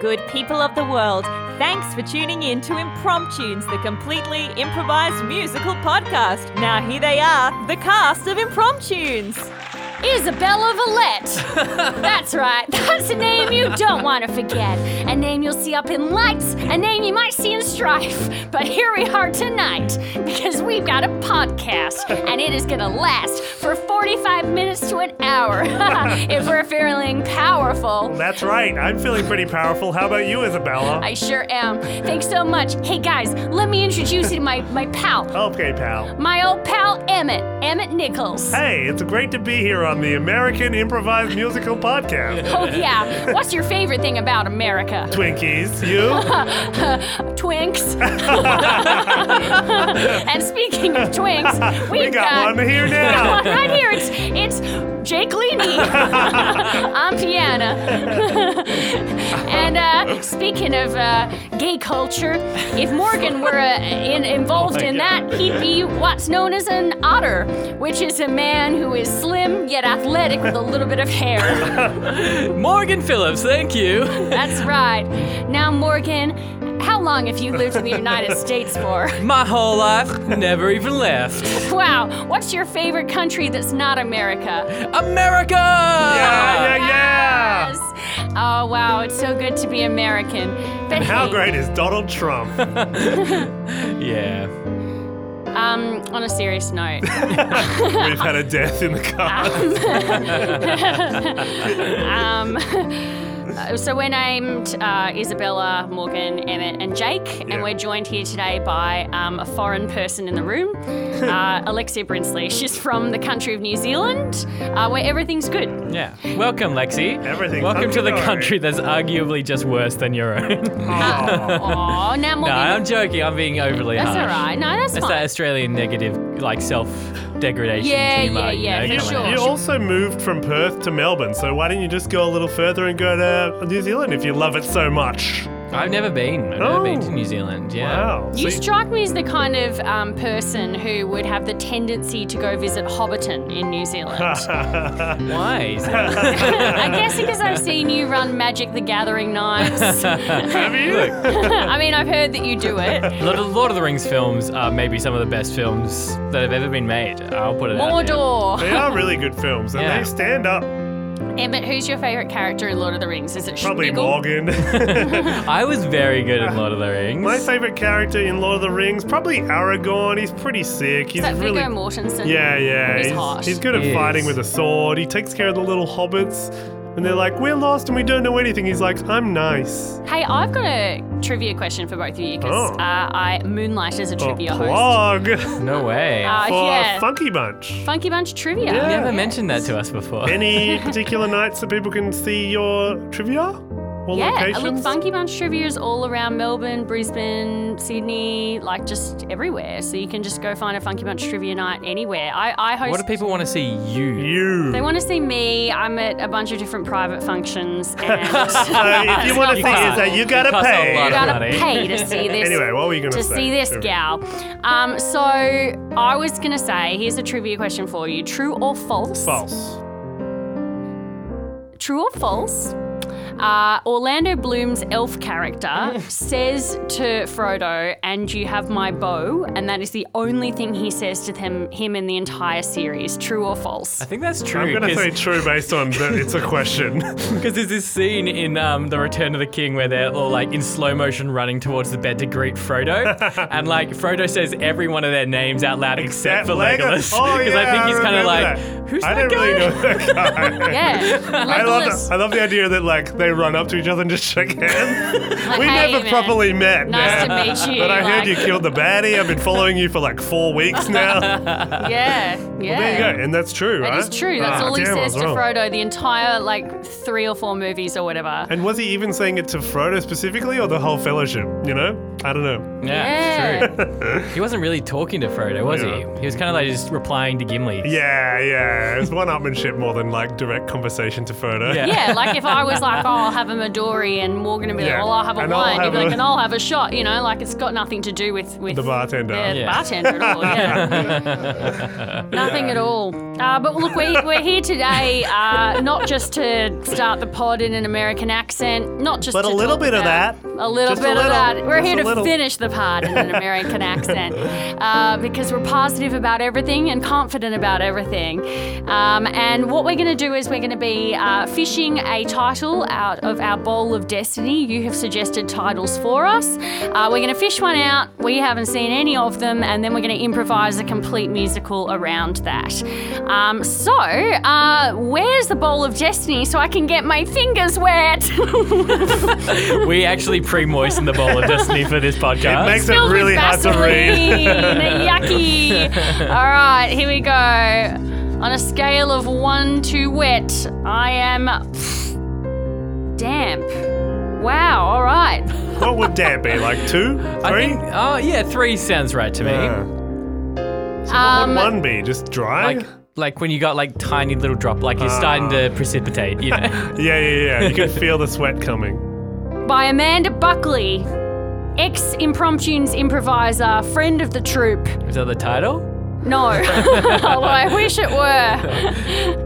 Good people of the world, thanks for tuning in to Impromptunes, the completely improvised musical podcast. Now here they are, the cast of Impromptunes. Isabella Valette. That's right. That's a name you don't want to forget. A name you'll see up in lights, a name you might see in strife. But here we are tonight because we've got a podcast and it is going to last for 45 minutes to an hour if we're feeling powerful. That's right. I'm feeling pretty powerful. How about you, Isabella? I sure am. Thanks so much. Hey guys, let me introduce you to my, my pal, Okay, pal. my old pal Emmett, Emmett Nichols. Hey, it's great to be here on the American Improvised Musical Podcast. Oh, yeah. What's your favorite thing about America? Twinkies, you? Twinks. and speaking of twinks, we've We got one here now. right here. It's it's Jake Leamy. I'm Piana. and uh, speaking of uh, gay culture, if Morgan were uh, in, Oh involved in that, he'd be what's known as an otter, which is a man who is slim yet athletic with a little bit of hair. Morgan Phillips, thank you. That's right. Now, Morgan, how long have you lived in the United States for? My whole life, never even left. Wow, what's your favorite country that's not America? America! Yeah, yeah, yeah. Yes. Oh, wow, it's so good to be American. But How hey, great is Donald Trump? Yeah. Um, on a serious note, We've had a death in the car. um, uh, so we're named uh, Isabella, Morgan, Emmett, and Jake, Yeah. and we're joined here today by um, a foreign person in the room, uh, Alexia Brinsley. She's from the country of New Zealand, uh, where everything's good. Yeah. Welcome, Lexi. Everything's Welcome to the hunky-dory. country that's arguably just worse than your own. Aw. Oh, now no, Morgan. I'm joking. I'm being overly that's harsh. all right. No, that's That's fine. that Australian negative, like self degradation Yeah, humor. yeah, yeah, you know, for coming out. sure. You also moved from Perth to Melbourne, so why don't you just go a little further and go to New Zealand if you love it so much? I've never been. I've never Oh. been to New Zealand. Yeah. Wow. You So- strike me as the kind of um, person who would have the tendency to go visit Hobbiton in New Zealand. Why? Is that- I guess because I've seen you run Magic the Gathering nights. Have you? I mean, I've heard that you do it. Lord of, Lord of the Rings films are maybe some of the best films that have ever been made. I'll put it out there. Mordor. They are really good films, and Yeah. they stand up. Emmett, who's your favourite character in Lord of the Rings? Is it Probably Sméagol? Morgan. I was very good in Lord of the Rings. My favorite character in Lord of the Rings, probably Aragorn. He's pretty sick. He's Is that really. Viggo Mortensen? Yeah, yeah. He's harsh. he's good at He fighting is. with a sword. He takes care of the little hobbits. And they're like, we're lost and we don't know anything. He's like, I'm nice. Hey, I've got a trivia question for both of you because Oh. uh, I moonlight as a Oh, trivia host. plug no way. Uh, for yeah. Funky Bunch. Funky Bunch trivia. you never mentioned that to us before. Any particular nights that people can see your trivia or Yeah, locations? look, Funky Bunch trivia is all around Melbourne, Brisbane, Sydney, like just everywhere. So you can just go find a Funky Bunch trivia night anywhere. I, I host. What do people want to see you? You. they want to see me. I'm at a bunch of different private functions, and So if you want to You see is can't. that you gotta costs a pay. lot you of- gotta Bloody. pay to see this. Anyway, what were you gonna to say? see this Trivia. gal. Um, so I was gonna say, here's a trivia question for you: true or false? False. True or false? Uh, Orlando Bloom's elf character says to Frodo, "And you have my bow," and that is the only thing he says to him him in the entire series. True or false? I think that's I'm true. gonna say Because true based on that it's a question. there's this scene in um, The Return of the King where they're all like in slow motion running towards the bed to greet Frodo. and like Frodo says every one of their names out loud except, for Legolas. Because Oh, yeah, I think he's kind remember of like, that. who's I that didn't guy? really know that guy. yeah, I love, Legolas- the, I love the idea that like they run up to each other and just shake hands. we "Hey, never man. properly met. Nice man. to meet you. But I heard like- you killed the baddie. I've been following you for like four weeks now. Yeah, yeah. There you go, and that's true, That right? is true. That's Ah, all he damn, I says was to wrong. Frodo the entire like three or four movies or whatever. And was he even saying it to Frodo specifically, or the whole Fellowship? You know, I don't know. Yeah, true. he wasn't really talking to Frodo, was Yeah. he? He was kind of like just replying to Gimli. Yeah, yeah. It's one upmanship more than like direct conversation to photo. Yeah. Yeah, like if I was like, oh, I'll have a Midori and Morgan would be like, Yeah. well, I'll have a And I'll wine. You'd have be like, a- and I'll have a shot, you know, like it's got nothing to do with, with The bartender. Yeah, the Yeah. bartender at all, yeah. nothing at all. Uh, but look, we, we're here today uh, not just to start the pod in an American accent, not just But to a little talk bit of about- that. A little Just a bit of little. that. We're Just here a to little. finish the pod in an American accent uh, because we're positive about everything and confident about everything. Um, and what we're going to do is we're going to be uh, fishing a title out of our bowl of destiny. You have suggested titles for us. Uh, we're going to fish one out. We haven't seen any of them, and then we're going to improvise a complete musical around that. Um, so, uh, where's the bowl of destiny so I can get my fingers wet? We actually pre-moistened the bowl of destiny for this podcast. It makes it filled really with hard to read. Vaseline. Yucky. All right, here we go. On a scale of one to wet, I am damp. Wow. All right. what would damp be? Like two? Three? I think, oh yeah, three sounds right to me. Yeah. Um, Would one be? Just dry? Like, like when you got like tiny little drop, like you're starting to precipitate, you know. yeah, yeah, yeah. You can feel the sweat coming. Um, by Amanda Buckley, ex impromptu's improviser, friend of the troupe. Is that the title? No. Although I wish it were.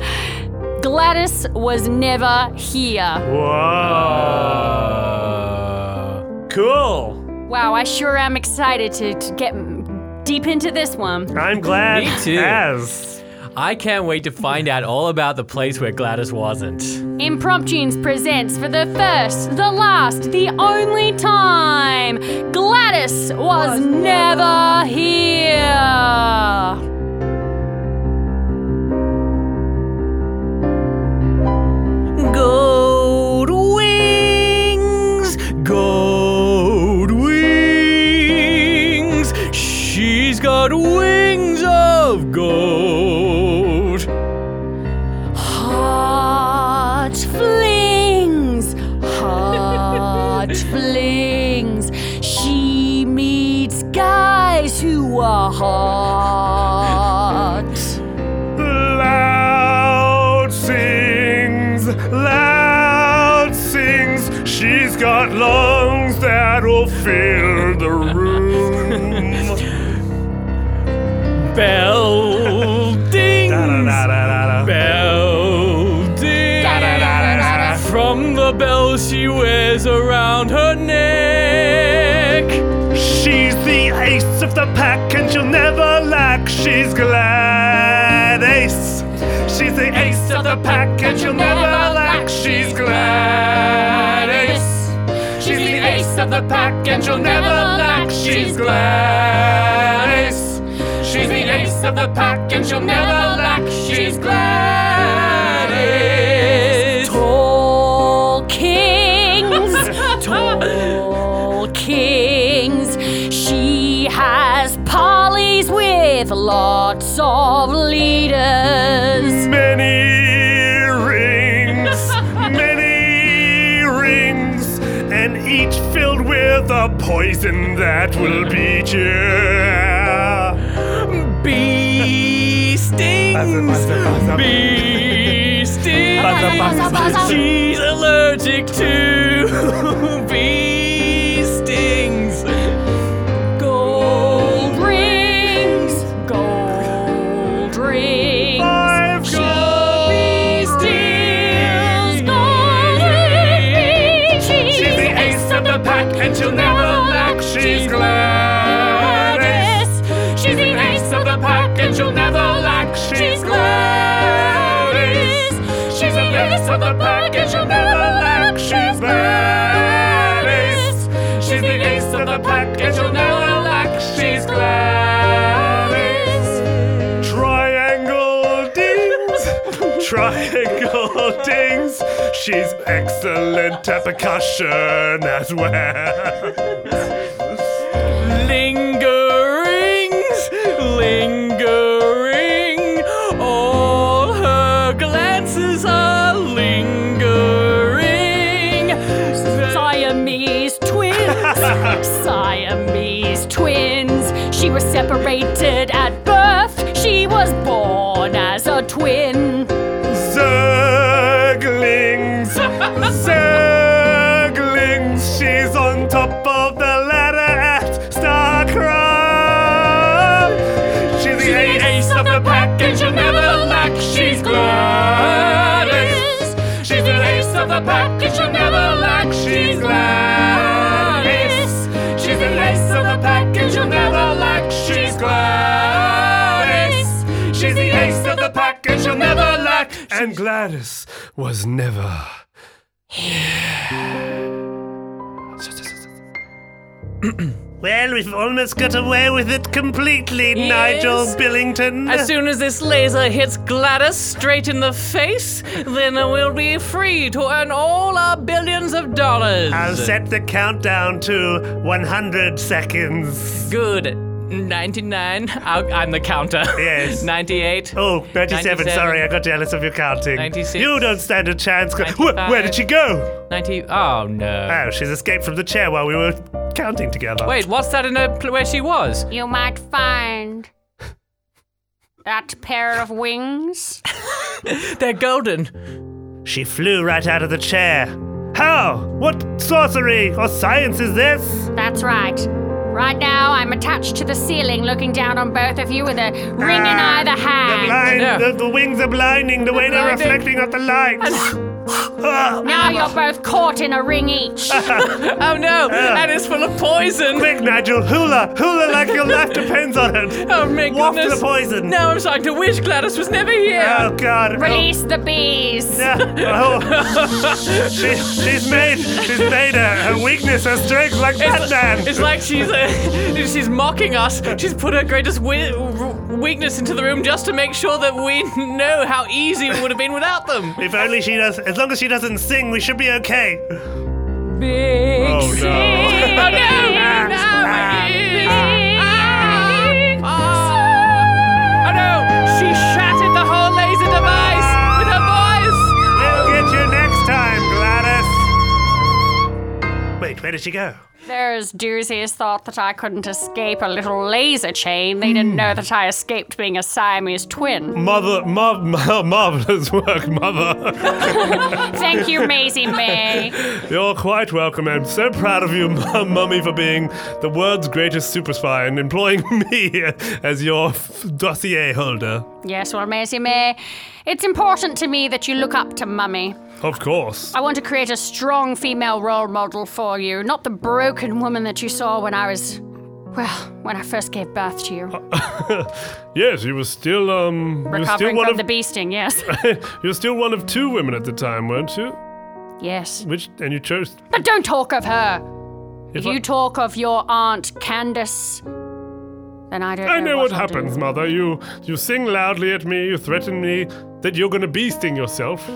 Gladys was never here. Whoa. Uh, Cool. Wow, I sure am excited to, to get deep into this one. I'm glad. Me too. As. I can't wait to find out all about the place where Gladys wasn't. Impromptunes presents for the first, the last, the only time Gladys was never here. Gold wings, gold wings. She's got wings of gold. Heart flings, heart flings. She meets guys who are hot. Loud sings, loud sings. She's got lungs that'll fill the room. Bell dings. Da-da-da-da-da. Bell Da-da-da-da-da. dings. From the bell she wears around her neck. She's the ace of the pack and she'll never lack. She's Gladys. She's the ace of the pack and she'll never lack. She's Gladys. She's the ace of the pack and she'll never lack. She's Gladys. She's the ace of the pack and she'll never lack. She's Gladys. Tall kings, tall kings. She has polys with lots of leaders. Many rings, many rings, and each filled with a poison that will beat you. Bee stings. Bee stings. She's allergic to bee stings. Gold rings, gold rings. I've got Steals gold rings. She's the ace of the pack, and she'll never lack. She's Gladys. She's the Ace of the pack, and she'll never lack. She's Gladys. She's the ace of the pack, and she'll never lack. She's Gladys. She's the ace of the pack, and she'll never lack. She's Gladys. Triangle dings. Triangle dings. She's excellent at percussion as well. Lingerings, lingering. All her glances are lingering. Siamese twins. Siamese separated at birth. She was born as a twin. Zerglings! Zerglings! She's on top of the ladder at StarCraft! She's the ace of the pack and she'll never lack. She's Gladys! She's the ace of the pack and she'll never lack. She's Gladys! She's the ace of the pack and she'll never lack. She's Gladys! She's the ace of the pack and she'll never lack. And Gladys was never. Well, we've almost got away with it completely, Nigel Billington. As soon as this laser hits Gladys straight in the face, then we'll be free to earn all our billions of dollars. I'll set the countdown to 100 seconds. Good. 99. I'll, I'm the counter. Yes. 98. Oh, 97. 97. Sorry, I got jealous of your counting. 96. You don't stand a chance. Wh- Where did 95. she go? 90. Oh, no. Oh, she's escaped from the chair while we were counting together. Wait, what's that in her pl- where she was? You might find that pair of wings. They're golden. She flew right out of the chair. How? What sorcery or science is this? That's right. Right now, I'm attached to the ceiling, looking down on both of you with a ring in Ah, either The hand. blind, Yeah. the, the wings are blinding, the way they're blinding. reflecting off the light. Ah, Now you're both caught in a ring each. Oh, no. And it's full of poison. Ah. quick, Nigel, hula, hula like your life depends on it. Oh, my Waft the goodness. poison. Now I'm starting to wish Gladys was never here. Oh, God. Release the bees. Yeah. Oh. she, she's made she's made her, her weakness her strength like Batman. It's like she's uh, she's mocking us. She's put her greatest we- weakness into the room just to make sure that we know how easy it would have been without them. if only she does. As long as she doesn't sing, we should be okay. Big Oh no. Oh no! no! Ah. Oh, oh no! She shattered the whole laser device with her We'll voice. get you next time, Gladys. Wait, where did she go? Those doozies thought that I couldn't escape a little laser chain. They didn't Hmm. know that I escaped being a Siamese twin. Mother, mar- mar- marvelous work, mother. Hmm. Thank you, Maisie May. You're quite welcome. I'm so proud of you, Mum- Mummy, for being the world's greatest super spy and employing me as your f- dossier holder. Yes, well, Maisie May, it's important to me that you look up to Mummy. Of course. I want to create a strong female role model for you, not the broken woman that you saw when I was, well, when I first gave birth to Uh, you. Yes, you were still um, you were still Recovering one from of the beasting, yes. you were still one of two women at the time, weren't you? yes. Which and you chose. But don't talk of her. If I- you talk of your aunt Candace, then I don't know. I know what I'll do. happens, Mother. You you sing loudly at me. You threaten me that you're gonna bee sting yourself,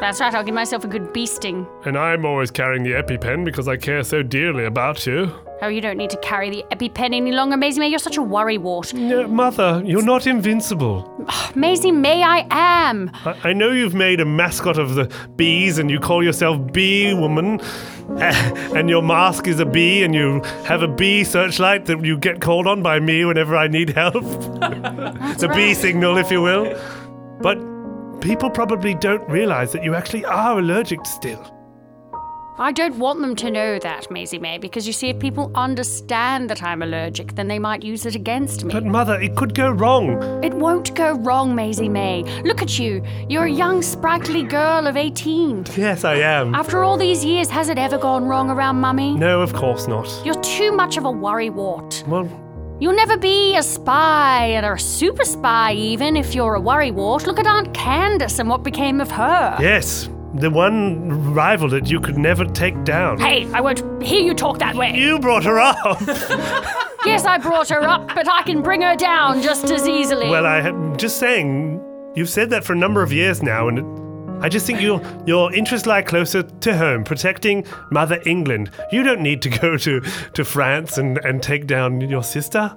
That's right, I'll give myself a good beasting. and I'm always carrying the EpiPen because I care so dearly about you. Oh, you don't need to carry the EpiPen any longer, Maisie May. You're such a worrywart. No, Mother, you're not invincible. Maisie May, I am. I, I know you've made a mascot of the bees, and you call yourself Bee Woman, eh, and your mask is a bee, and you have a bee searchlight that you get called on by me whenever I need help. the bee signal, if you will. But people probably don't realize that you actually are allergic still. I don't want them to know that, Maisie May, because you see, if people understand that I'm allergic, then they might use it against me. But, Mother, it could go wrong. It won't go wrong, Maisie May. Look at you. You're a young, sprightly girl of 18. Yes, I am. After all these years, has it ever gone wrong around Mummy? No, of course not. You're too much of a worrywart. Well, You'll never be a spy or a super spy, even if you're a worrywart. Look at Aunt Candace and what became of her. yes, the one rival that you could never take down. Hey, I won't hear you talk that way. You brought her up. Yes, I brought her up, but I can bring her down just as easily. Well, I am just saying, you've said that for a number of years now, and it, I just think your your interests lie closer to home, protecting Mother England. You don't need to go to, to France and, and take down your sister.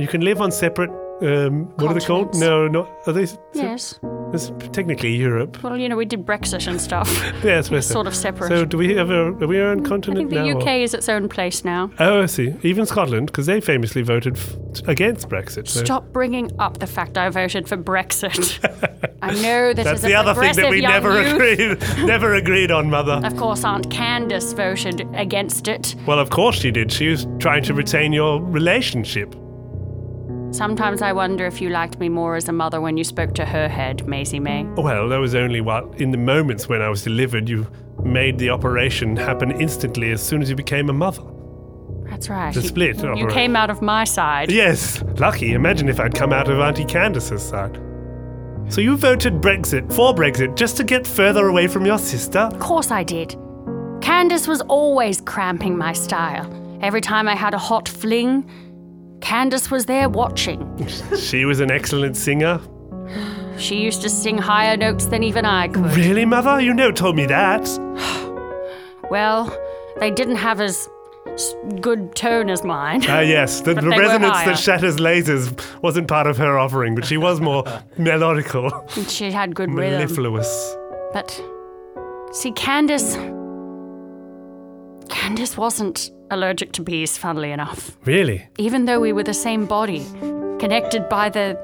You can live on separate um, what are they called? Continents. No, no. Are they? s- Yes. It's technically Europe. Well, you know, we did Brexit and stuff. Yeah, it's It's Western. sort of separate. So do we have a? Are we our own I continent think the now? or- UK is its own place now. Oh, I see. Even Scotland, because they famously voted f- against Brexit. So. Stop bringing up the fact I voted for Brexit. I know this That's is a the other thing that progressive we young never youth. Uh. agreed, never agreed on, Mother. Of course, Aunt Candace voted against it. Well, of course she did. She was trying to retain your relationship. Sometimes I wonder if you liked me more as a mother when you spoke to her head, Maisie May. Well, that was only what, in the moments when I was delivered, you made the operation happen instantly as soon as you became a mother. That's right. The you- split You operation. came out of my side. Yes, lucky. Imagine if I'd come out of Auntie Candace's side. So you voted Brexit for Brexit just to get further away from your sister? Of course I did. Candace was always cramping my style. Every time I had a hot fling, Candace was there watching. she was an excellent singer. She used to sing higher notes than even I could. Really, Mother? You never told me that. Well, they didn't have as s- good tone as mine. Ah, yes, the, the they were resonance higher. that shatters lasers wasn't part of her offering, but she was more melodical, she had good rhythm. mellifluous. But see, Candace. Candace wasn't allergic to bees, funnily enough. Really? Even though we were the same body, connected by the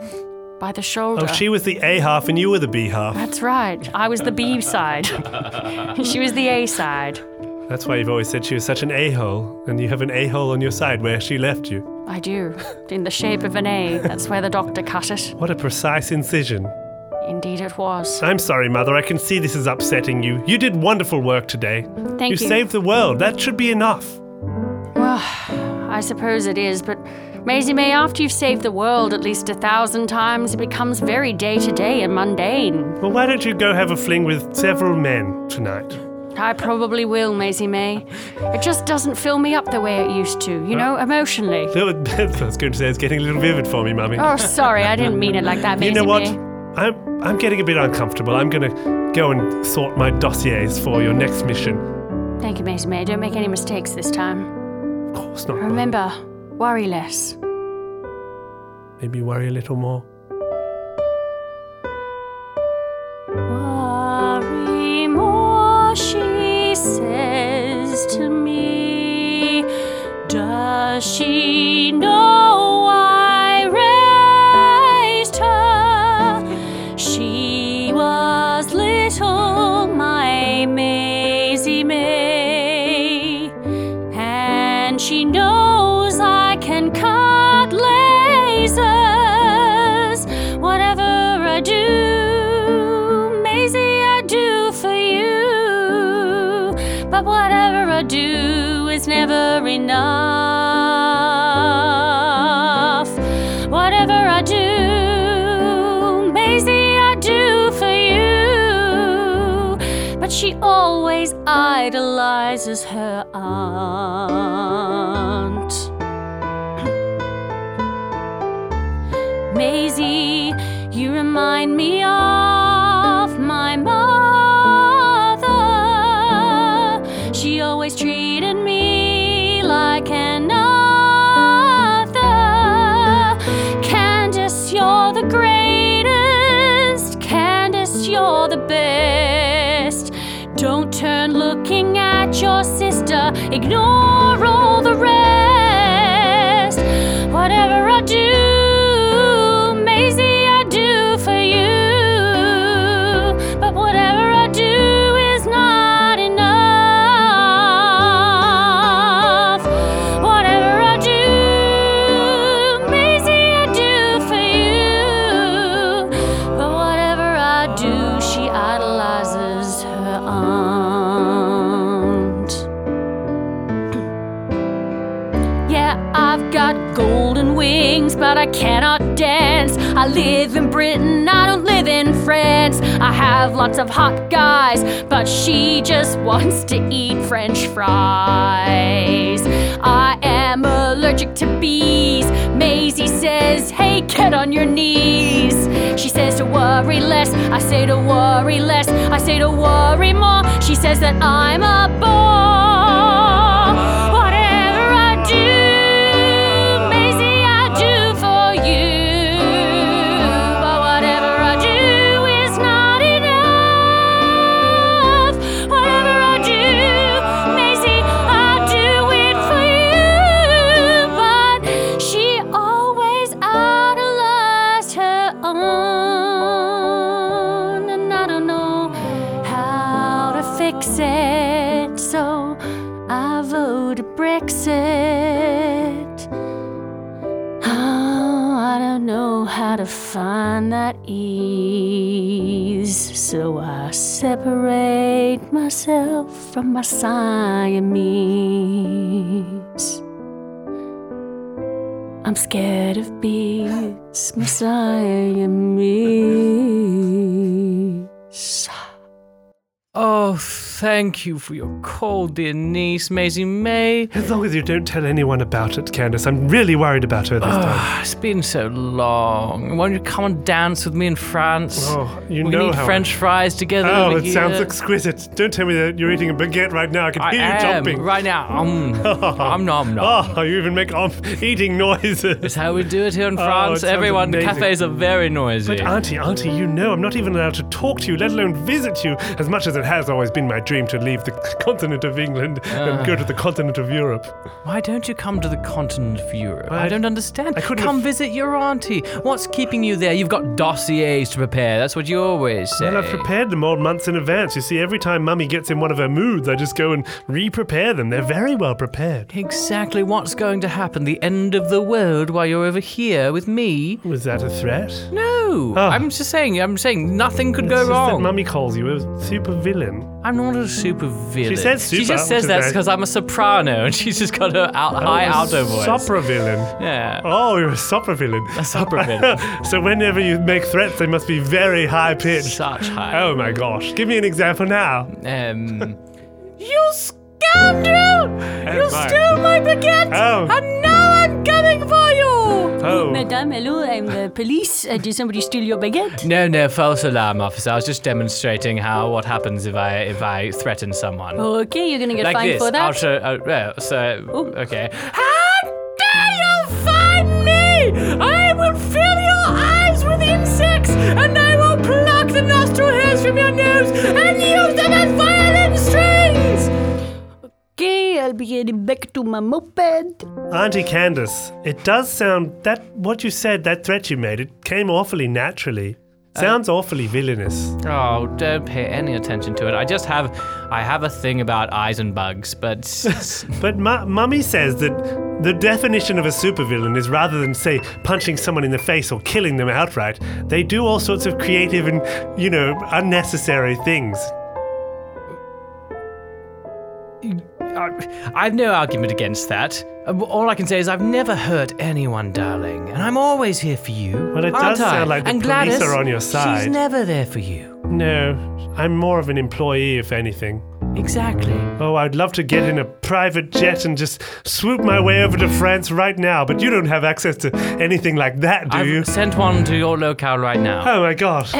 by the shoulder. Oh, she was the A half and you were the B half. That's right. I was the B side. she was the A side. That's why you've always said she was such an a hole, and you have an a hole on your side where she left you. I do. In the shape of an A. That's where the doctor cut it. What a precise incision. Indeed it was. I'm sorry, Mother, I can see this is upsetting you. You did wonderful work today. Thank you. You saved the world. That should be enough. Well, I suppose it is, but Maisie May, after you've saved the world at least a thousand times, it becomes very day to day and mundane. Well, why don't you go have a fling with several men tonight? I probably will, Maisie May. It just doesn't fill me up the way it used to, you know, emotionally. I was going to say it's getting a little vivid for me, Mummy. Oh, sorry, I didn't mean it like that, Maisie you know what? May. I'm I'm getting a bit uncomfortable. I'm gonna go and sort my dossiers for your next mission. Thank you, Maisie May. Don't make any mistakes this time. Of course not. Mum. Remember, worry less. Maybe worry a little more. Worry more, she says to me. Does she know I raised her? She was little, my Maisie May. And she knows I can cut lasers. Whatever I do, Maisie, I do for you. But whatever I do is never enough. Whatever I do, Maisie, I do for you. But she always idolizes her aunt. Maisie, you remind me of my mother. She always treated me like another. Candace, you're the greatest. Candace, you're the best. Don't turn looking at your sister. Ignore all the rest. Whatever I do, Maisie, I do for you. But whatever I do is not enough. Whatever I do, Maisie, I do for you. But whatever I do, she idolizes her aunt. Yeah, I've got golden wings, but I cannot dance. I live in Britain, I don't live in France. I have lots of hot guys, but she just wants to eat French fries. I am allergic to bees. Maisie says, hey, get on your knees. She says to worry less. I say to worry less. I say to worry more. She says that I'm a bore. Whatever I do, Maisie, I do for you. Oh, how to find that ease. So I separate myself from my Siamese. I'm scared of bees, my Siamese. Oh, thank you for your call, dear niece, Maisie May. As long as you don't tell anyone about it, Candace, I'm really worried about her this time. It's been so long. Why don't you come and dance with me in France? Oh, you we know eat how I- French fries together. Oh, over it sounds here. exquisite. Don't tell me that you're eating a baguette right now. I can I hear you am chomping. right now. Um, um, nom, nom. Oh, you even make um, eating noises. That's how we do it here in Oh, France. it sounds Everyone, amazing. cafes are very noisy. Auntie, Auntie, you know I'm not even allowed to talk to you, let alone visit you, as much as it has always been my dream to leave the continent of England Ah. and go to the continent of Europe. Why don't you come to the continent of Europe? I, I- don't understand. I couldn't come have- visit your auntie. What's keeping you there? You've got dossiers to prepare. That's what you always say. Well, I've prepared them all months in advance. You see, every time Mummy gets in one of her moods, I just go and re prepare them. They're very well prepared. Exactly what's going to happen? The end of the world while you're over here with me? Was that a threat? No. Oh. I'm just saying. I'm saying nothing could It's go just that wrong. Mummy calls you a super villain. I'm not a super villain. says She super, just which says is that's nice. Oh, because I'm a soprano, and she's just got her out, high alto voice. Sopra villain. yeah. Oh, you're a sopra villain. A sopra villain. so whenever you make threats, they must be very high pitched. Such high. Oh my gosh. Give me an example now. Um. you scoundrel! You my. stole my baguette, Oh. and now I'm coming for you. Oh. Madame, hello, I'm øh, the police. Uh, did somebody steal your baguette? No, no, false alarm, officer. I was just demonstrating how what happens if I if I threaten someone. Okay, Oh, you're gonna get like fined this. for I'll that. show. Uh, well, so okay. How dare you find me? I will fill your eyes with insects, and I will pluck the nostril hairs from your nose and use them as violin strings. Okay, I'll be getting back to my moped. Auntie Candace, it does sound that what you said, that threat you made, it came awfully naturally. Sounds awfully villainous. Oh, don't pay any attention to it. I just have, I have a thing about eyes and bugs, but But mu- Mummy says that the definition of a supervillain is rather than, say, punching someone in the face or killing them outright, they do all sorts of creative and, you know, unnecessary things. I- I've no argument against that. Uh, All I can say is I've never hurt anyone, darling, and I'm always here for you. Well, it does aren't sound I? like the and police Gladys, are on your side. She's never there for you. No, I'm more of an employee, if anything. Exactly. Oh, I'd love to get in a private jet and just swoop my way over to France right now, but you don't have access to anything like that, do I've you? sent one to your locale right now. Oh my gosh.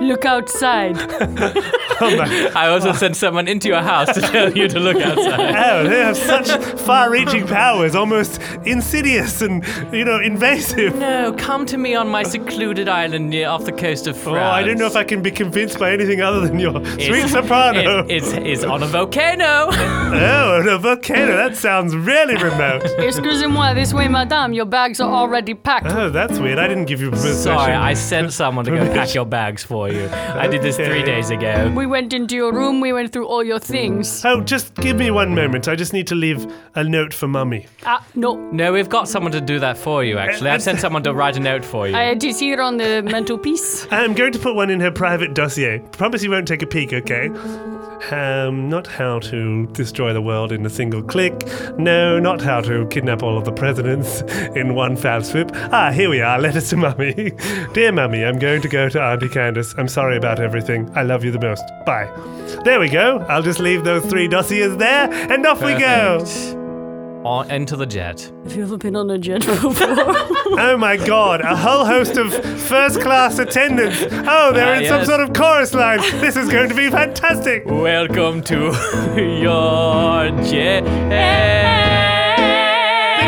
Look outside. Oh, my. I also sent someone into your house to tell you to look outside. oh, they have such far reaching powers, almost insidious and, you know, invasive. No, come to me on my secluded island near off the coast of France. Oh, I don't know if I can be convinced by anything other than your sweet soprano. It's, it's, it's on a volcano. oh, and a volcano. That sounds really remote. Excusez-moi, this way, madame. Your bags are already packed. oh, that's weird. I didn't give you permission. Sorry, I sent someone to go pack your bags for you. I did this three Okay. days ago. We went into your room, we went through all your things. Oh, just give me one moment. I just need to leave a note for Mummy. Ah, no. No, we've got someone to do that for you, actually. I've sent someone to write a note for you. It is here on the mantelpiece. I'm going to put one in her private dossier. Promise you won't take a peek, okay? Um, not how to destroy the world in a single click. No, not how to kidnap all of the presidents in one foul swoop. Ah, here we are. Letters to Mummy. Dear Mummy, I'm going to go to Auntie Candace. I'm sorry about everything. I love you the most. Bye. There we go. I'll just leave those three dossiers there, and off we go. On, into the jet. Have you ever been on a jet before? Oh my god, a whole host of first class attendants. Oh, they're Ah, in some yes. sort of chorus line. This is going to be fantastic. Welcome to your jet. Bit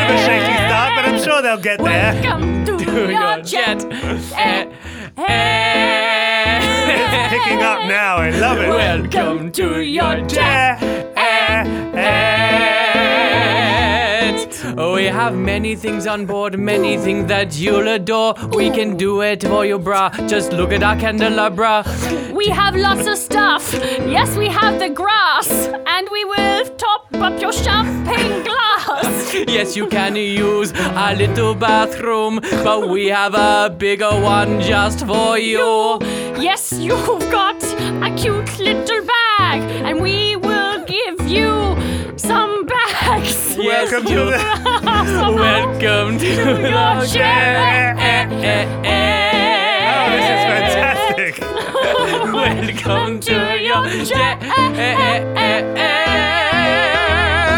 of a shaky start, but I'm sure they'll get there. Come to Oh your jet. It's picking up now, I love it. Welcome to your jet. Eh, eh. jet. We have many things on board, many things that you'll adore. We can do it for you, brah. Just look at our candelabra. We have lots of stuff. Yes, we have the grass, and we will top up your champagne glass. Yes, you can use a little bathroom, but we have a bigger one just for you. Yes, you've got a cute little bag, and we will give you some bags. Welcome to the. Welcome to Your the Oh, this is fantastic. Welcome to your cha-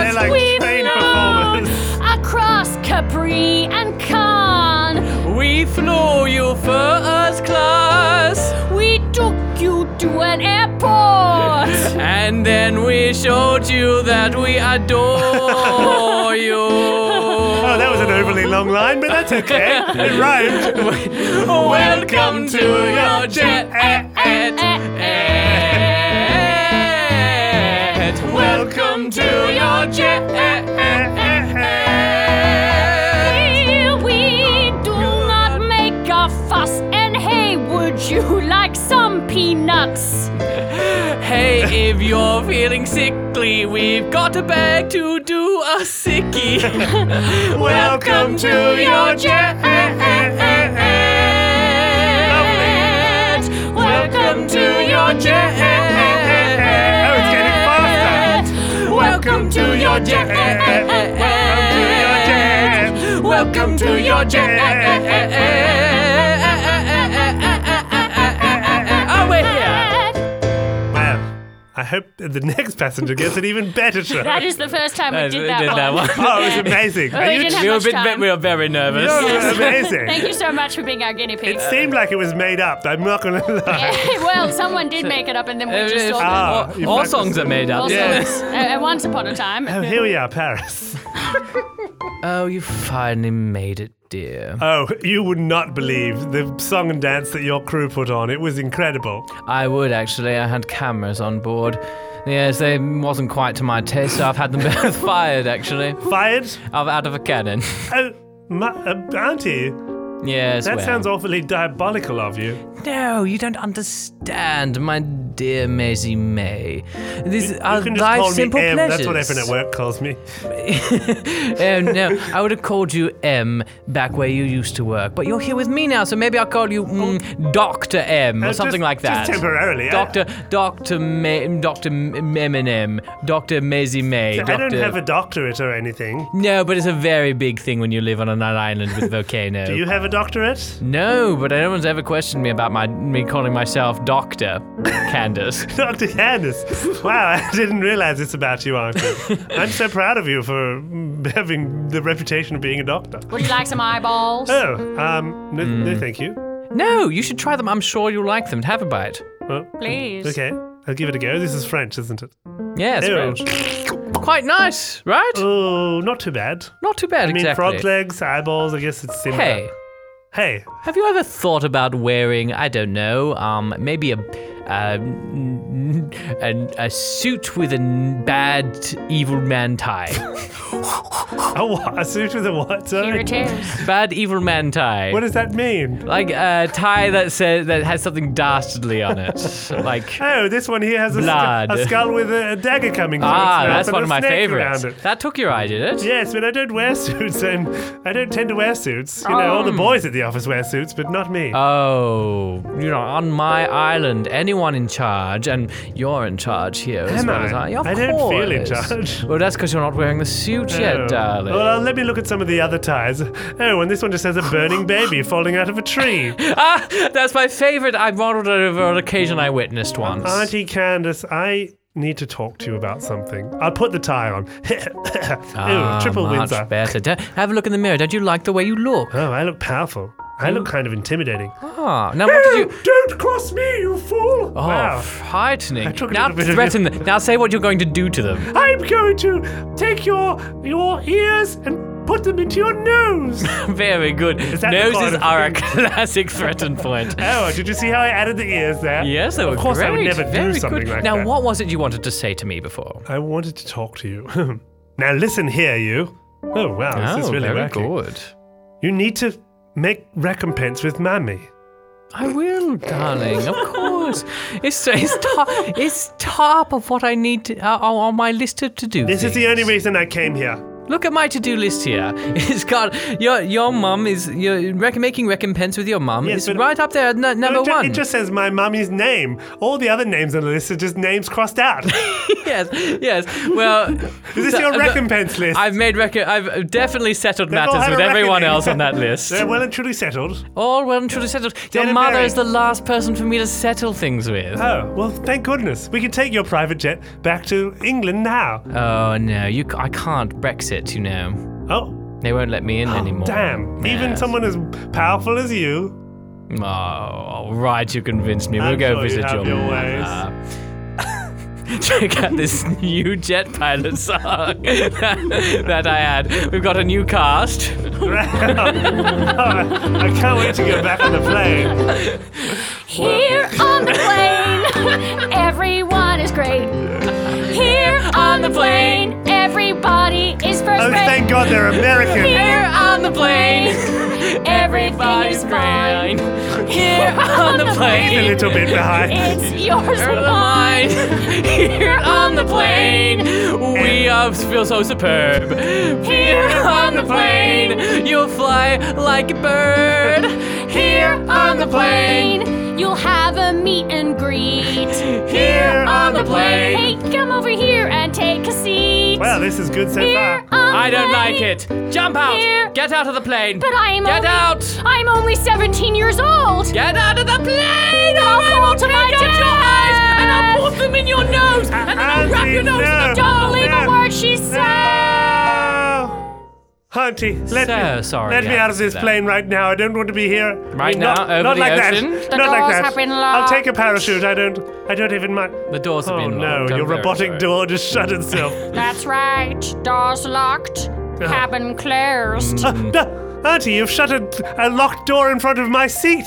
They're like We've train flown performers. across Capri and Cannes. We flew you first class, We took you to an airport. and then we showed you that we adore you. Oh, that was an overly long line, but that's okay. It rhymed. Welcome to your jet. Welcome to your jet. Here we do not make a fuss, and hey, would you like some peanuts? Hey, if you're feeling sickly, we've got a bag to do a sickie. Welcome to your jet. Welcome to your jet. Oh, it's getting faster. Welcome to your jet. Welcome to your jet. Oh, we're here. Wow. I hope the next passenger gets an even better show. That is the first time we Yes, did that, one. Oh, it was amazing. Oh, Are we you didn't have We were, a much bit, time. we were very nervous. Oh, it was amazing. Thank you so much for being our guinea pig. It seemed like it was made up. I'm not going to lie. well, someone did make it up, and then we just all. Ah, all you all fucked songs us. are made up. also, yes. uh, uh, once upon a time. Oh, here we are, Paris. Oh, you finally made it, dear. Oh, you would not believe the song and dance that your crew put on. It was incredible. I would actually. I had cameras on board. Yes, they wasn't quite to my taste, so I've had them both fired actually, Fired? Of- out of a cannon. Oh, my, uh, Auntie, yes. that well. sounds awfully diabolical of you. No, you don't understand, my dear Maisie May. These are you can just life's call me M. Uh, simple pleasures. That's what everyone at work calls me. um, no, I would have called you M back where you used to work, but you're here with me now, so maybe I'll call you mm, Doctor M or Uh, something just- like that. Just temporarily. I- Doctor, Doctor, Ma- Doctor Eminem, Doctor Maisie May. I, Doctor. don't have a doctorate or anything. No, but it's a very big thing when you live on an island with volcano. Do you have a doctorate? No, but no one's ever questioned me about my me calling myself Doctor Candace. Dr. Candace. Wow, I didn't realize this about you, Auntie. I'm so proud of you for mm, having the reputation of being a doctor. Would you like some eyeballs? Oh, um, no, Mm. no thank you. No, you should try them. I'm sure you'll like them. Have a bite. Well, Please. okay, I'll give it a go. This is French, isn't it? Yes, Ew. quite nice, right? Oh, not too bad. Not too bad, I mean, exactly. frog legs, eyeballs, I guess it's similar. Hey, Hey, have you ever thought about wearing, I don't know, um, maybe a, a, a, a suit with a n- bad evil man tie? a, what? a suit with a what? Sorry. Here it is. bad evil man tie. What does that mean? like a tie that says that has something dastardly on it. like Oh, this one here has a, sc- Blood. a skull with a, a dagger coming through ah, its mouth that's and one a of my snake favorites. around it. That took your eye, did it? Yes, but I don't wear suits, and I don't tend to wear suits. You know, all the boys at the office wear suits, but not me. Oh, you know, on my island, anyone in charge, and you're in charge here as Am well I? as I. Of I don't feel in course. charge. Well, that's because you're not wearing the suit Oh. yet, darling. Well, let me look at some of the other ties. Oh, and this one just has a burning baby falling out of a tree. ah, that's my favorite. I modeled it over an occasion I witnessed once. Auntie Candace, I need to talk to you about something. I'll put the tie on. Ah, Ew, triple much Windsor. better. Da- Have a look in the mirror. Don't you like the way you look? Oh, I look powerful. I look kind of intimidating. Ah, now what did you? Don't cross me, you fool! Oh, Wow. frightening. took a Now little bit of threaten them. Now say what you're going to do to them. I'm going to take your your ears and put them into your nose. Very good. that the Noses kind of are a classic threaten point. oh, did you see how I added the ears there? Yes, they were Of course, great. I would never Very do something good. like now, that. what was it you wanted to say to me before? I wanted to talk to you. now listen here, you. Oh, wow, this oh, is really very working. good. You need to make recompense with Mammy. I will, darling. Of course. It's it's top, it's top of what I need to, uh, on on my list to, to do. This is the things. only reason I came here. Look at my to-do list here. It's got your your mum is your rec- making recompense with your mum. Yes, It's but- right up there, at n- number No, it ju- one. It just says my mummy's name. All the other names on the list are just names crossed out. yes, yes. Well, Is this your recompense list? I've made record. I've definitely settled all matters had with a everyone reckoning. else on that list. They're well and truly settled. All well and truly settled. Dead Your and mother buried. is the last person for me to settle things with. Oh, well, thank goodness. We can take your private jet back to England now. Oh no, you! c- I can't Brexit. You know, Oh, they won't let me in anymore. damn. Even Yes. someone as powerful as you. Oh, all right, you convinced me. We'll I'm go sure you visit have your Uh, your mother. Check out this new jet pilot song that, that I had. We've got a new cast. I can't wait to get back on the plane. Here on the plane, everyone is great. Here on the plane, everybody is first Oh, rate. thank God they're American. Here on the plane, everything Everybody's is fine. great. Here on the A plane. little bit behind. It's yours Here or on the mine. line. Here on the plane. We uh, feel so superb. Here on the plane. You'll fly like a bird. Here on the plane. plane, you'll have a meet and greet. Here on the plane. Hey, come over here and take a seat. Wow, this is good so Here far. on the I don't like plane. it. Jump out. Here. Get out of the plane. But I'm Get only, out. I'm only 17 years old. Get out of the plane. I'll fall to my death. And I'll put them in your nose. And then I'll wrap your nose in No. the Don't believe a word she said. Oh, Hunty, let So me, sorry let me I out of did this that. plane right now. I don't want to be here. Right Not- now, over not the like ocean? that. The not like doors that. have been I'll take a locked. parachute. I don't. I don't even mind. The doors have oh been no! locked. I'm Your very robotic sorry. Mm. door just shut itself. That's right. Doors locked. Cabin closed. Uh, no, Auntie, you've shut a, a locked door in front of my seat.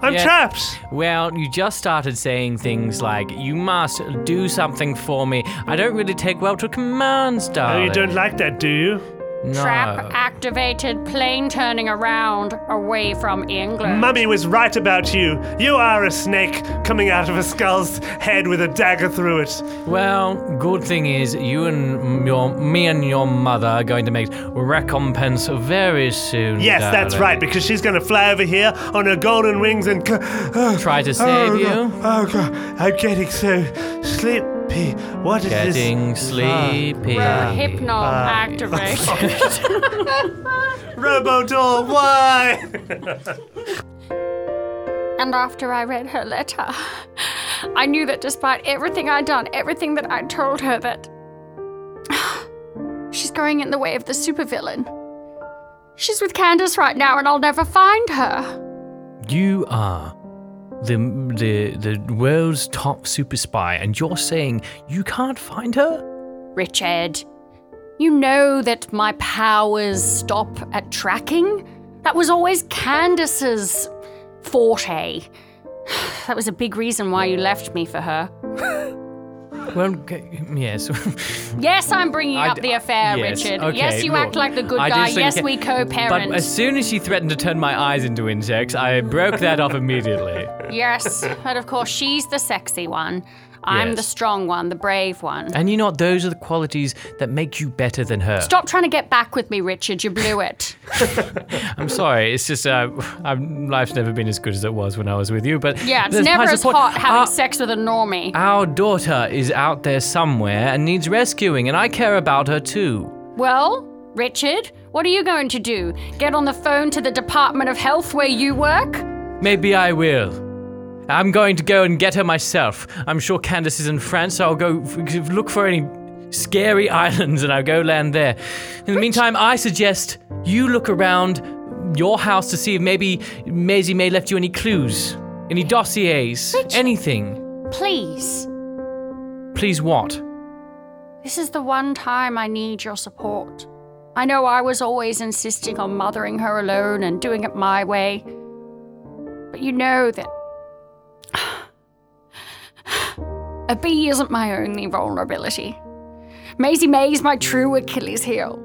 I'm Yeah. trapped. Well, you just started saying things like, you must do something for me. I don't really take well to commands, Oh, darling. you don't like that, do you? no. Trap activated plane turning around away from England. Mummy was right about you. You are a snake coming out of a skull's head with a dagger through it. Well, good thing is you and your me and your mother are going to make recompense very soon. Yes, that's darling. right, because she's going to fly over here on her golden wings and. c- Oh, Try to save oh, God. you. Oh, God. I'm getting so sleepy. What is Ah. uh, Getting sleepy. Hypno activated. this? Robo doll, why? And after I read her letter, I knew that despite everything I'd done, everything that I'd told her, that she's going in the way of the supervillain. She's with Candace right now, and I'll never find her. You are the the the world's top super spy, and you're saying you can't find her? Richard, you know that my powers stop at tracking? That was always Candace's forte. That was a big reason why you left me for her. Well, g- yes. Yes, I'm bringing I up d- the affair, yes, Richard. okay, yes, you look, act like the good I do guy. think- Yes, we But co-parent. as soon as she threatened to turn my eyes into insects, I broke that off immediately. Yes, and of course she's the sexy one. I'm Yes. the strong one, the brave one. And you know, what? those are the qualities that make you better than her. Stop trying to get back with me, Richard. You blew it. I'm sorry. It's just uh, I'm, life's never been as good as it was when I was with you. But Yeah, it's there's never my as support. Uh, hot having Our- sex with a normie. Our daughter is out there somewhere and needs rescuing, and I care about her too. well, Richard, what are you going to do? Get on the phone to the Department of Health where you work? Maybe I will. I'm going to go and get her myself. I'm sure Candace is in France, so I'll go f- look for any scary islands and I'll go land there. In the meantime, I suggest you look around your house to see if maybe Maisie May left you any clues, any dossiers, anything. Please. Please, what? This is the one time I need your support. I know I was always insisting on mothering her alone and doing it my way. But you know that. A bee isn't my only vulnerability. Maisie May is my true Achilles heel.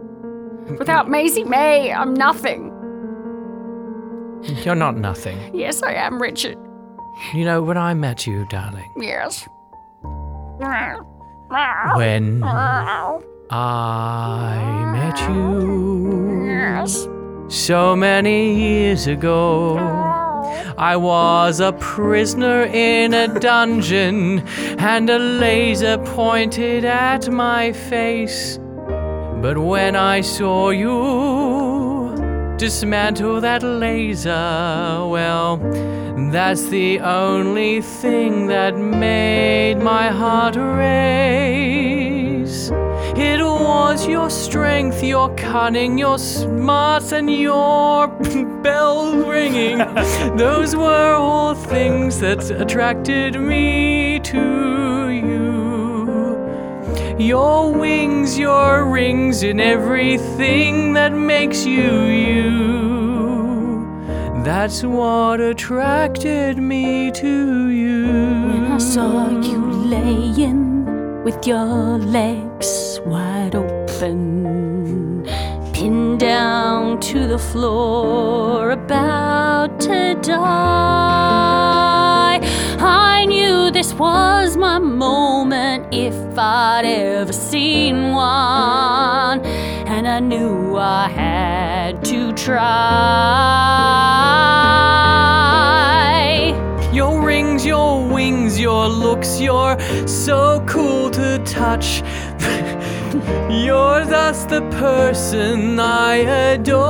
Without Maisie May, I'm nothing. You're not nothing. Yes, I am, Richard. You know, when I met you, darling, Yes. Oh. when I met you Yes. so many years ago, I was a prisoner in a dungeon and a laser pointed at my face. But when I saw you dismantle that laser, well, that's the only thing that made my heart race. It was your strength, your cunning, your smarts, and your bell ringing. Those were all things that attracted me to you. Your wings, your rings, and everything that makes you you. That's what attracted me to you. I saw you laying with your legs wide open, pinned down to the floor, about to die. I knew this was my moment if I'd ever seen one, and I knew I had to try. Your rings, your wings, your looks, you're so cool to touch. you're thus the person I adore.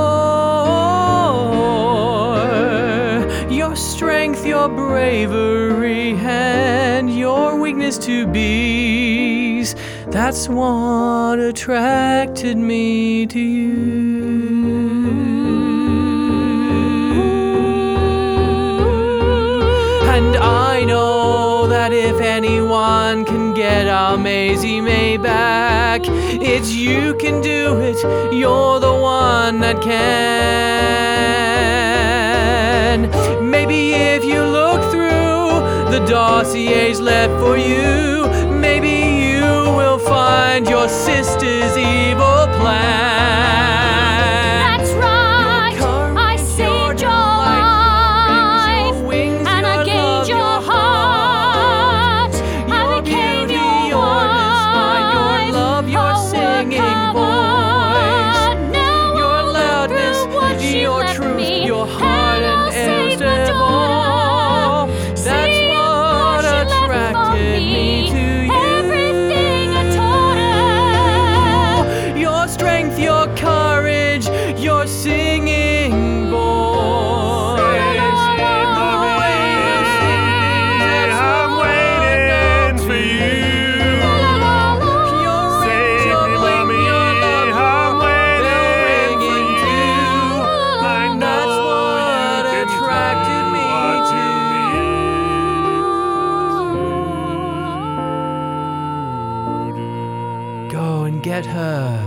Your strength, your bravery, and your weakness to bees. That's what attracted me to you. And I know that if anyone can get our Maisie May back, it's you can do it. You're the one that can. Maybe if you look through the dossiers left for you, maybe you will find your sister's evil plan. That's right. I saved your life. And I gained your heart. I became your wife. A work of art. Now I'll Your look through loudness, what she your left truth, me, your heart, and I'll and save my most of all, daughter. that's See what what she left for attracted me me. to you. Everything I taught her. Your strength, your courage, your singing voice. I'm waiting for you. Your rings, Save your me, bling, mommy. your love, I'm they're waiting for ringing you. too. I know That's you what can do attracted me what you Go and get her.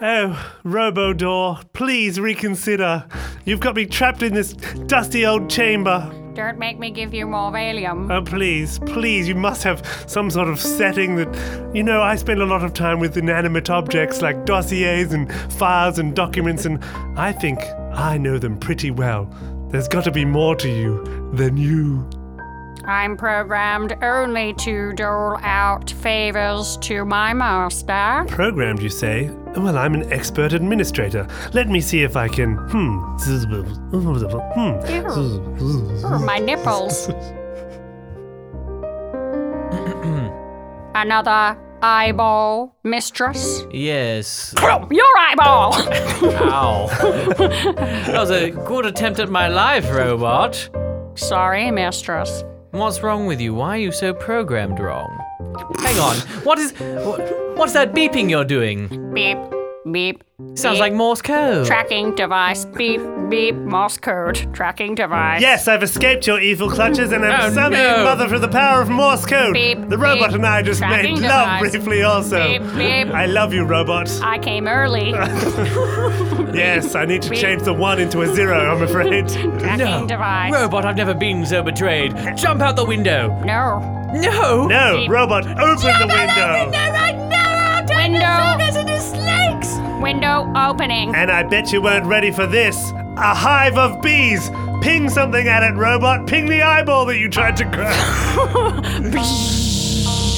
Oh, Robodor, please reconsider. You've got me trapped in this dusty old chamber. Don't make me give you more Valium. Oh, please, please, you must have some sort of setting that. You know, I spend a lot of time with inanimate objects like dossiers and files and documents, and I think I know them pretty well. There's got to be more to you than you. I'm programmed only to dole out favors to my master. Programmed, you say? Well, I'm an expert administrator. Let me see if I can. Hmm. Hmm. Ooh, my nipples. Another eyeball, mistress. Yes. Your eyeball! Ow. that was a good attempt at my life, robot. Sorry, mistress. What's wrong with you? Why are you so programmed wrong? Hang on. What is. What, what's that beeping you're doing? Beep, beep. Sounds beep. like Morse code. Tracking device. Beep, beep. Morse code. Tracking device. Yes, I've escaped your evil clutches and I'm Oh, summoning no. mother through the power of Morse code. Beep, the robot beep, and I just made tracking love device. briefly also. Beep, beep. I love you, robot. I came early. Uh, Yes, I need to change the one into a zero, I'm afraid. Tracking device. Robot, I've never been so betrayed. Jump out the window. No. No. No, robot, open the window. When Window, into snakes! window opening. And I bet you weren't ready for this. A hive of bees! Ping something at it, robot! Ping the eyeball that you tried to grab!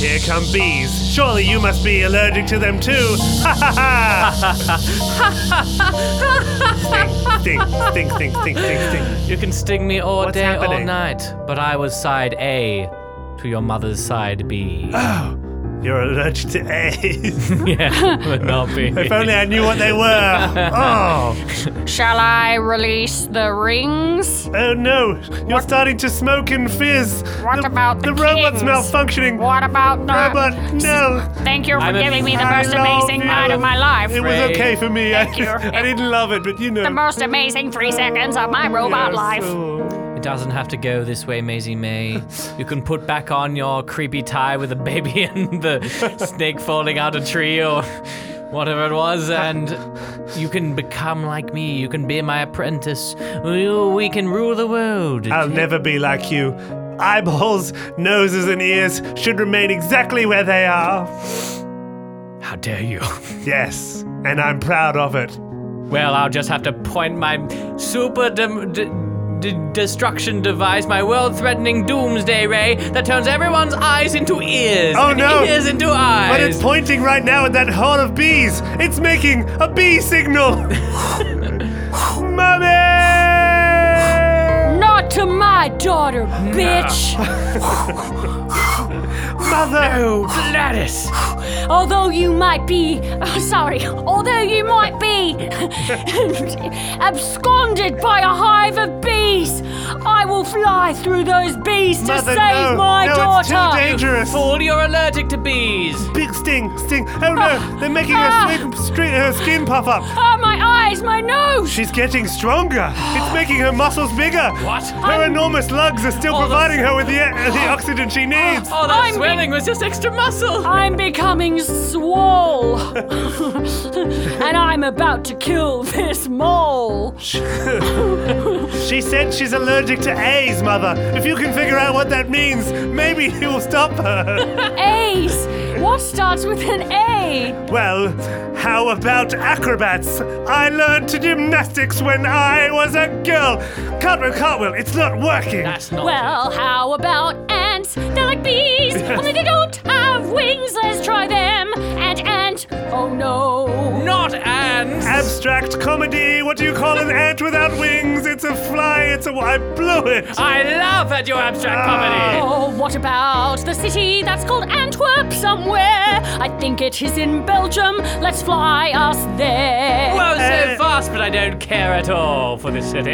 Here come bees. Surely you must be allergic to them too. Ha ha ha! Stink, stink, stink, stink, stink, stink, stink. You can sting me all What's day, all happening? night, but I was side A to your mother's side B. You're allergic to A's. yeah, but not B. if only I knew what they were. Oh, Shall I release the rings? oh no! You're starting to smoke and fizz. What the, about the robot's kings? malfunctioning? What about the? Robot, no! Thank you for I'm a- giving me the I most love amazing you. night of my life. It was Ray. okay for me. I, Thank you. I didn't love it, but you know. the most amazing three seconds of my robot Yeah, life. so- It doesn't have to go this way, Maisie May. You can put back on your creepy tie with a baby and the snake falling out a tree or whatever it was, and you can become like me. You can be my apprentice. We we can rule the world. I'll never be like you. Eyeballs, noses, and ears should remain exactly where they are. How dare you? Yes, and I'm proud of it. Well, I'll just have to point my super dem- d- d- destruction device, my world threatening doomsday ray that turns everyone's eyes into ears. Oh, and no. Ears into But eyes! it's pointing right now at that horde of bees. It's making a bee signal. Mummy! Not to my daughter, bitch! Mother! Gladys! Although you might be, oh, sorry, although you might be absconded by a hive of bees, I will fly through those bees to Mother, save no. my no, daughter. It's too dangerous. Fool, you're allergic to bees! Big sting, sting. Oh no, they're making Ah. her, skin, stre- her skin puff up. Oh, my eyes, my nose! She's getting stronger. It's making her muscles bigger. What? Her enormous lugs are still Oh, the- providing her with the, e-, the oxygen she Ah. needs. Oh, that I'm Oh, swelling was just extra muscle! I'm becoming swole. and I'm about to kill this mole. She said she's allergic to A's, Mother. If you can figure out what that means, maybe he will stop her. A's! What starts with an A? well, how about acrobats? I learned to gymnastics when I was a girl. Cartwheel, cartwheel, it's not working. That's not. Well, how about ants? They're like bees, only they don't have wings. Let's try them. And ant. Oh no. Not ants! Abstract comedy. What do you call an ant without wings? It's a fly. It's a. I blew it. Ah, I laugh at your abstract comedy! Oh, what about the city that's called Antwerp somewhere? I think it is in Belgium. Let's fly us there. Whoa, so Eh. fast, but I don't care at all for this city.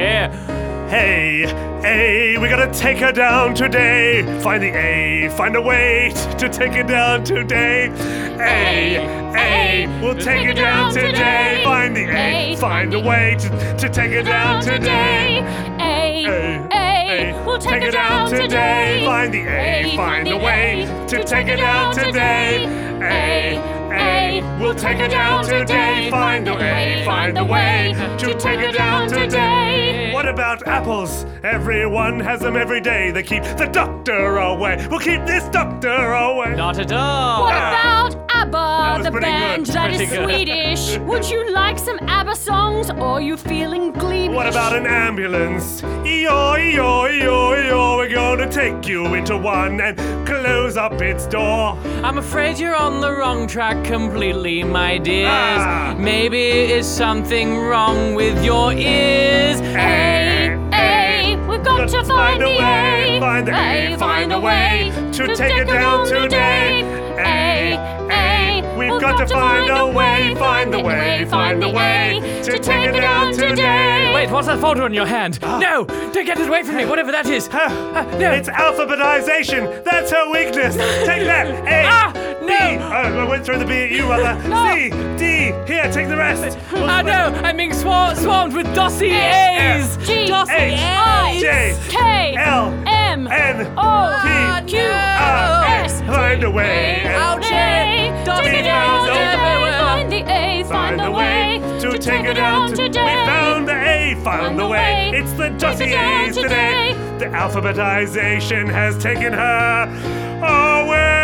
Hey, hey, we gotta take her down today. Find the A, find a way t- to take her down today. A, hey, A, we'll take her down today. Find the A, find a way to, to take her down today. A, A, we'll take it down today. Find the A, find a way to take her down today. A, A, we'll take her down today. Find a way, find a way to take her down today. What about apples? Everyone has them every day. They keep the doctor away. We'll keep this doctor away. Not at all! What Ah. about ABBA, was the pretty good, band that is pretty good. Swedish? Would you like some ABBA songs or are you feeling glee? What about an ambulance? Eeyore, eeyore, eeyore, eeyore. We're gonna take you into one and close up its door. I'm afraid you're on the wrong track completely, my dears. Ah. Maybe it's something wrong with your ears. Ah. A, A, we've got to find the A. Find the A, find a way to take it her down today. A, A, We've got to find a way, find the way, find the way to take it down today. Wait, what's that folder on your hand? No! Don't get it away from me, whatever that is. Ah, Ah, no. It's alphabetization. That's her weakness. Take that. A. Ah, B. no. Oh, I went through the B at you, rather. C. D. Here, take the rest. Ah, no! I'm being swar- swarmed with Eh. dossiers! G, H. I, J. K, L. M, N. O, T. Q, R. S, S. Find a way. Out today, take it down Dossiers today. everywhere. Find the A, find a way to take it down to- today. We found the A, found, the way. It's the Take it down dossiers today. The alphabetization has taken her away.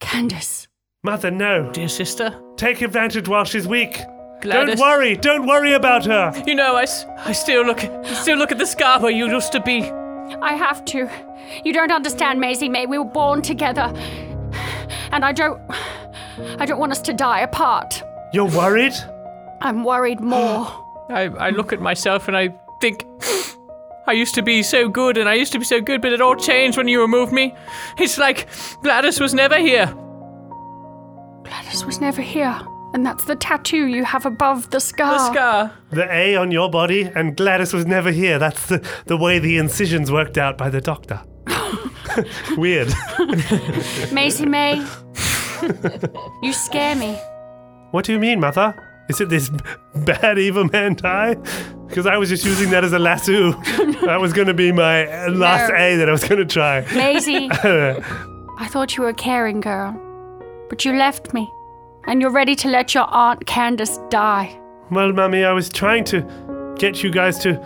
Candace. Mother, no. Dear sister, Take advantage while she's weak. Gladys. Don't worry. Don't worry about her. you know I, s- I still look still look at the scar where you used to be. I have to. You don't understand, Maisie May. We were born together. And I don't. I don't want us to die apart. You're worried? I'm worried more. I, I look at myself and I think I used to be so good and I used to be so good, but it all changed when you removed me. It's like Gladys was never here. Ah. Gladys was never here. And that's the tattoo you have above the scar. The scar. The A on your body, and Gladys was never here. That's the, the way the incisions worked out by the doctor. Weird. Maisie May. you scare me. What do you mean, Mother? Is it this b- bad evil man tie? Because I was just using that as a lasso. that was going to be my uh, last No. A that I was going to try. Maisie. I thought you were a caring girl. But you left me. And you're ready to let your Aunt Candace die. well, Mummy, I was trying to get you guys to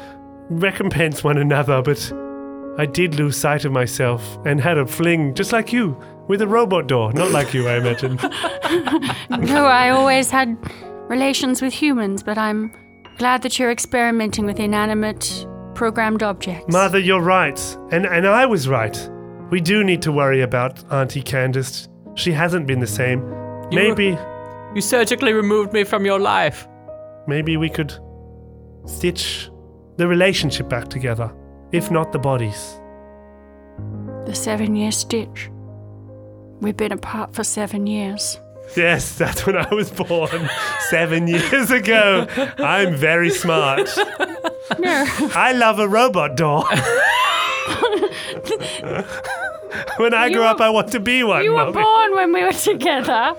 recompense one another, but I did lose sight of myself and had a fling just like you with a robot door. Not like you, I imagine. No, I always had relations with humans, but I'm glad that you're experimenting with inanimate programmed objects. Mother, you're right. And and I was right. We do need to worry about Auntie Candace. She hasn't been the same. You- Maybe You surgically removed me from your life. maybe we could stitch the relationship back together, if not the bodies. The seven year stitch. We've been apart for seven years. Yes, that's when I was born 7 years ago. I'm very smart. I love a robot door. when I grew up I want to be one. You were Mummy. born when we were together,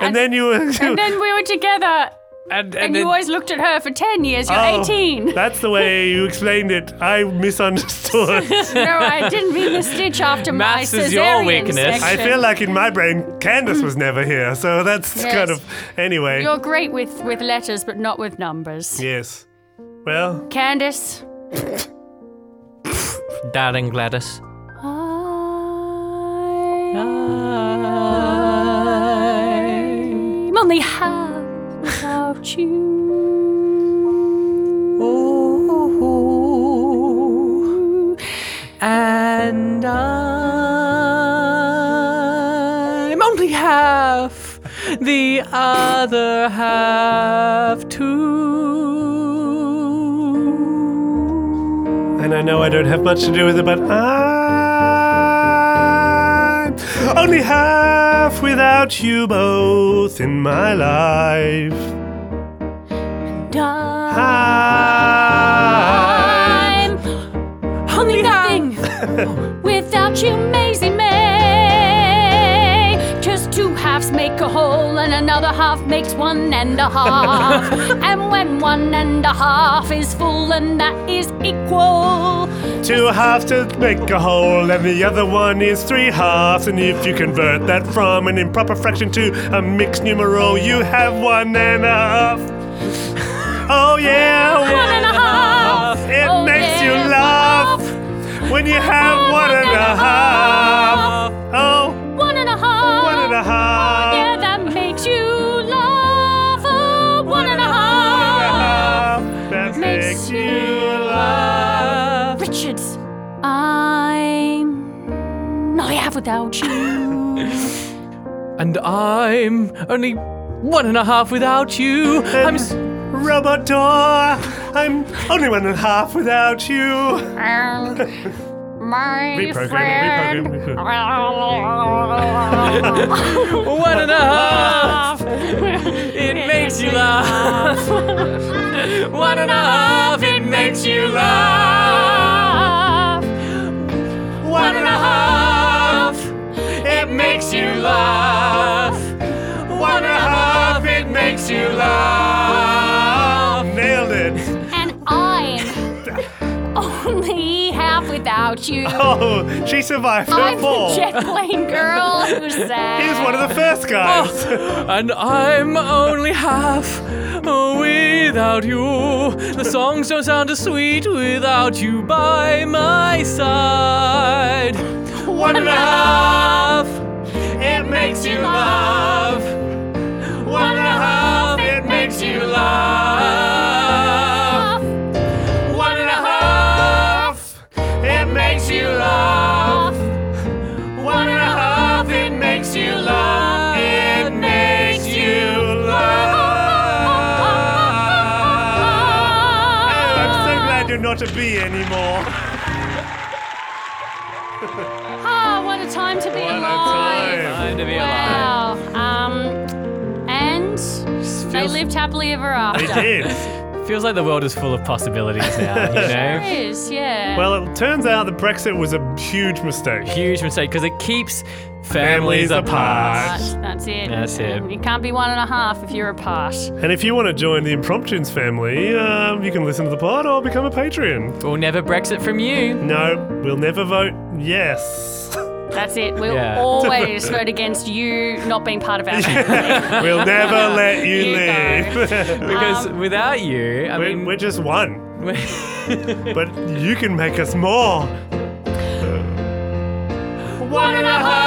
and then you were and then we were together, And, and, and you then- always looked at her for 10 years. You're Oh, 18. That's the way you explained it. I misunderstood. No, I didn't mean the stitch after my Maths cesarean is your weakness. I section. feel like in my brain, Candace was never here. So that's Yes. kind of. Anyway. You're great with, with letters, but not with numbers. yes. Well, Candace, darling Gladys. I'm only half without you. And I'm only half, the other half too. and I know I don't have much to do with it, but I'm only half without you both in my life. Hi. I'm only nothing without you, Maisie May. Just two halves make a whole, and another half makes one and a half. and when one and a half is full, and that is equal. Two halves to make a whole, and the other one is three halves. And if you convert that from an improper fraction to a mixed numeral, you have one and a half. Oh yeah, one and a half. It Oh, makes yeah, you laugh when you have one and a half. Oh, One and a half. one and a Yeah, half. that makes you laugh. Oh, one and a half. half. That makes you laugh. Richards, I'm not half without you. And I'm only one and a half without you. I'm. s- Robot door. I'm only one and a half without you. and my Reprogram it, friend. Oh. One and a half. It makes you laugh. One and a half. It makes you laugh. One and a half. It makes you laugh. One and a half. It makes you laugh. Nailed it. and I'm only half without you. Oh, she survived her I'm the fall. jet plane girl who He sang. was one of the first guys. And I'm only half without you. The songs don't sound as sweet without you by my side. One and a half, it makes you love. One and a half, it makes you love. One and a half, it makes you love. One and a half, it makes you love. It makes you love. I'm so glad you're not a bee anymore. Ah, what a time to be What a alive. time. Time to be alive. Wow. Um, and they lived happily ever It after. did. Feels like the world is full of possibilities now, you know? It is, yeah. Well, it turns out that Brexit was a huge mistake. Huge mistake because it keeps families, Families apart. apart. But that's it. That's it. You can't be one and a half if you're a part. And if you want to join the Impromptunes family, um, you can listen to the pod or become a Patreon. We'll never Brexit from you. No, we'll never vote yes. That's it. We'll Yeah. always vote against you not being part of our family. We'll never let you, You go. leave. Because without you, I we're, mean, we're just one, but you can make us more. One and a half.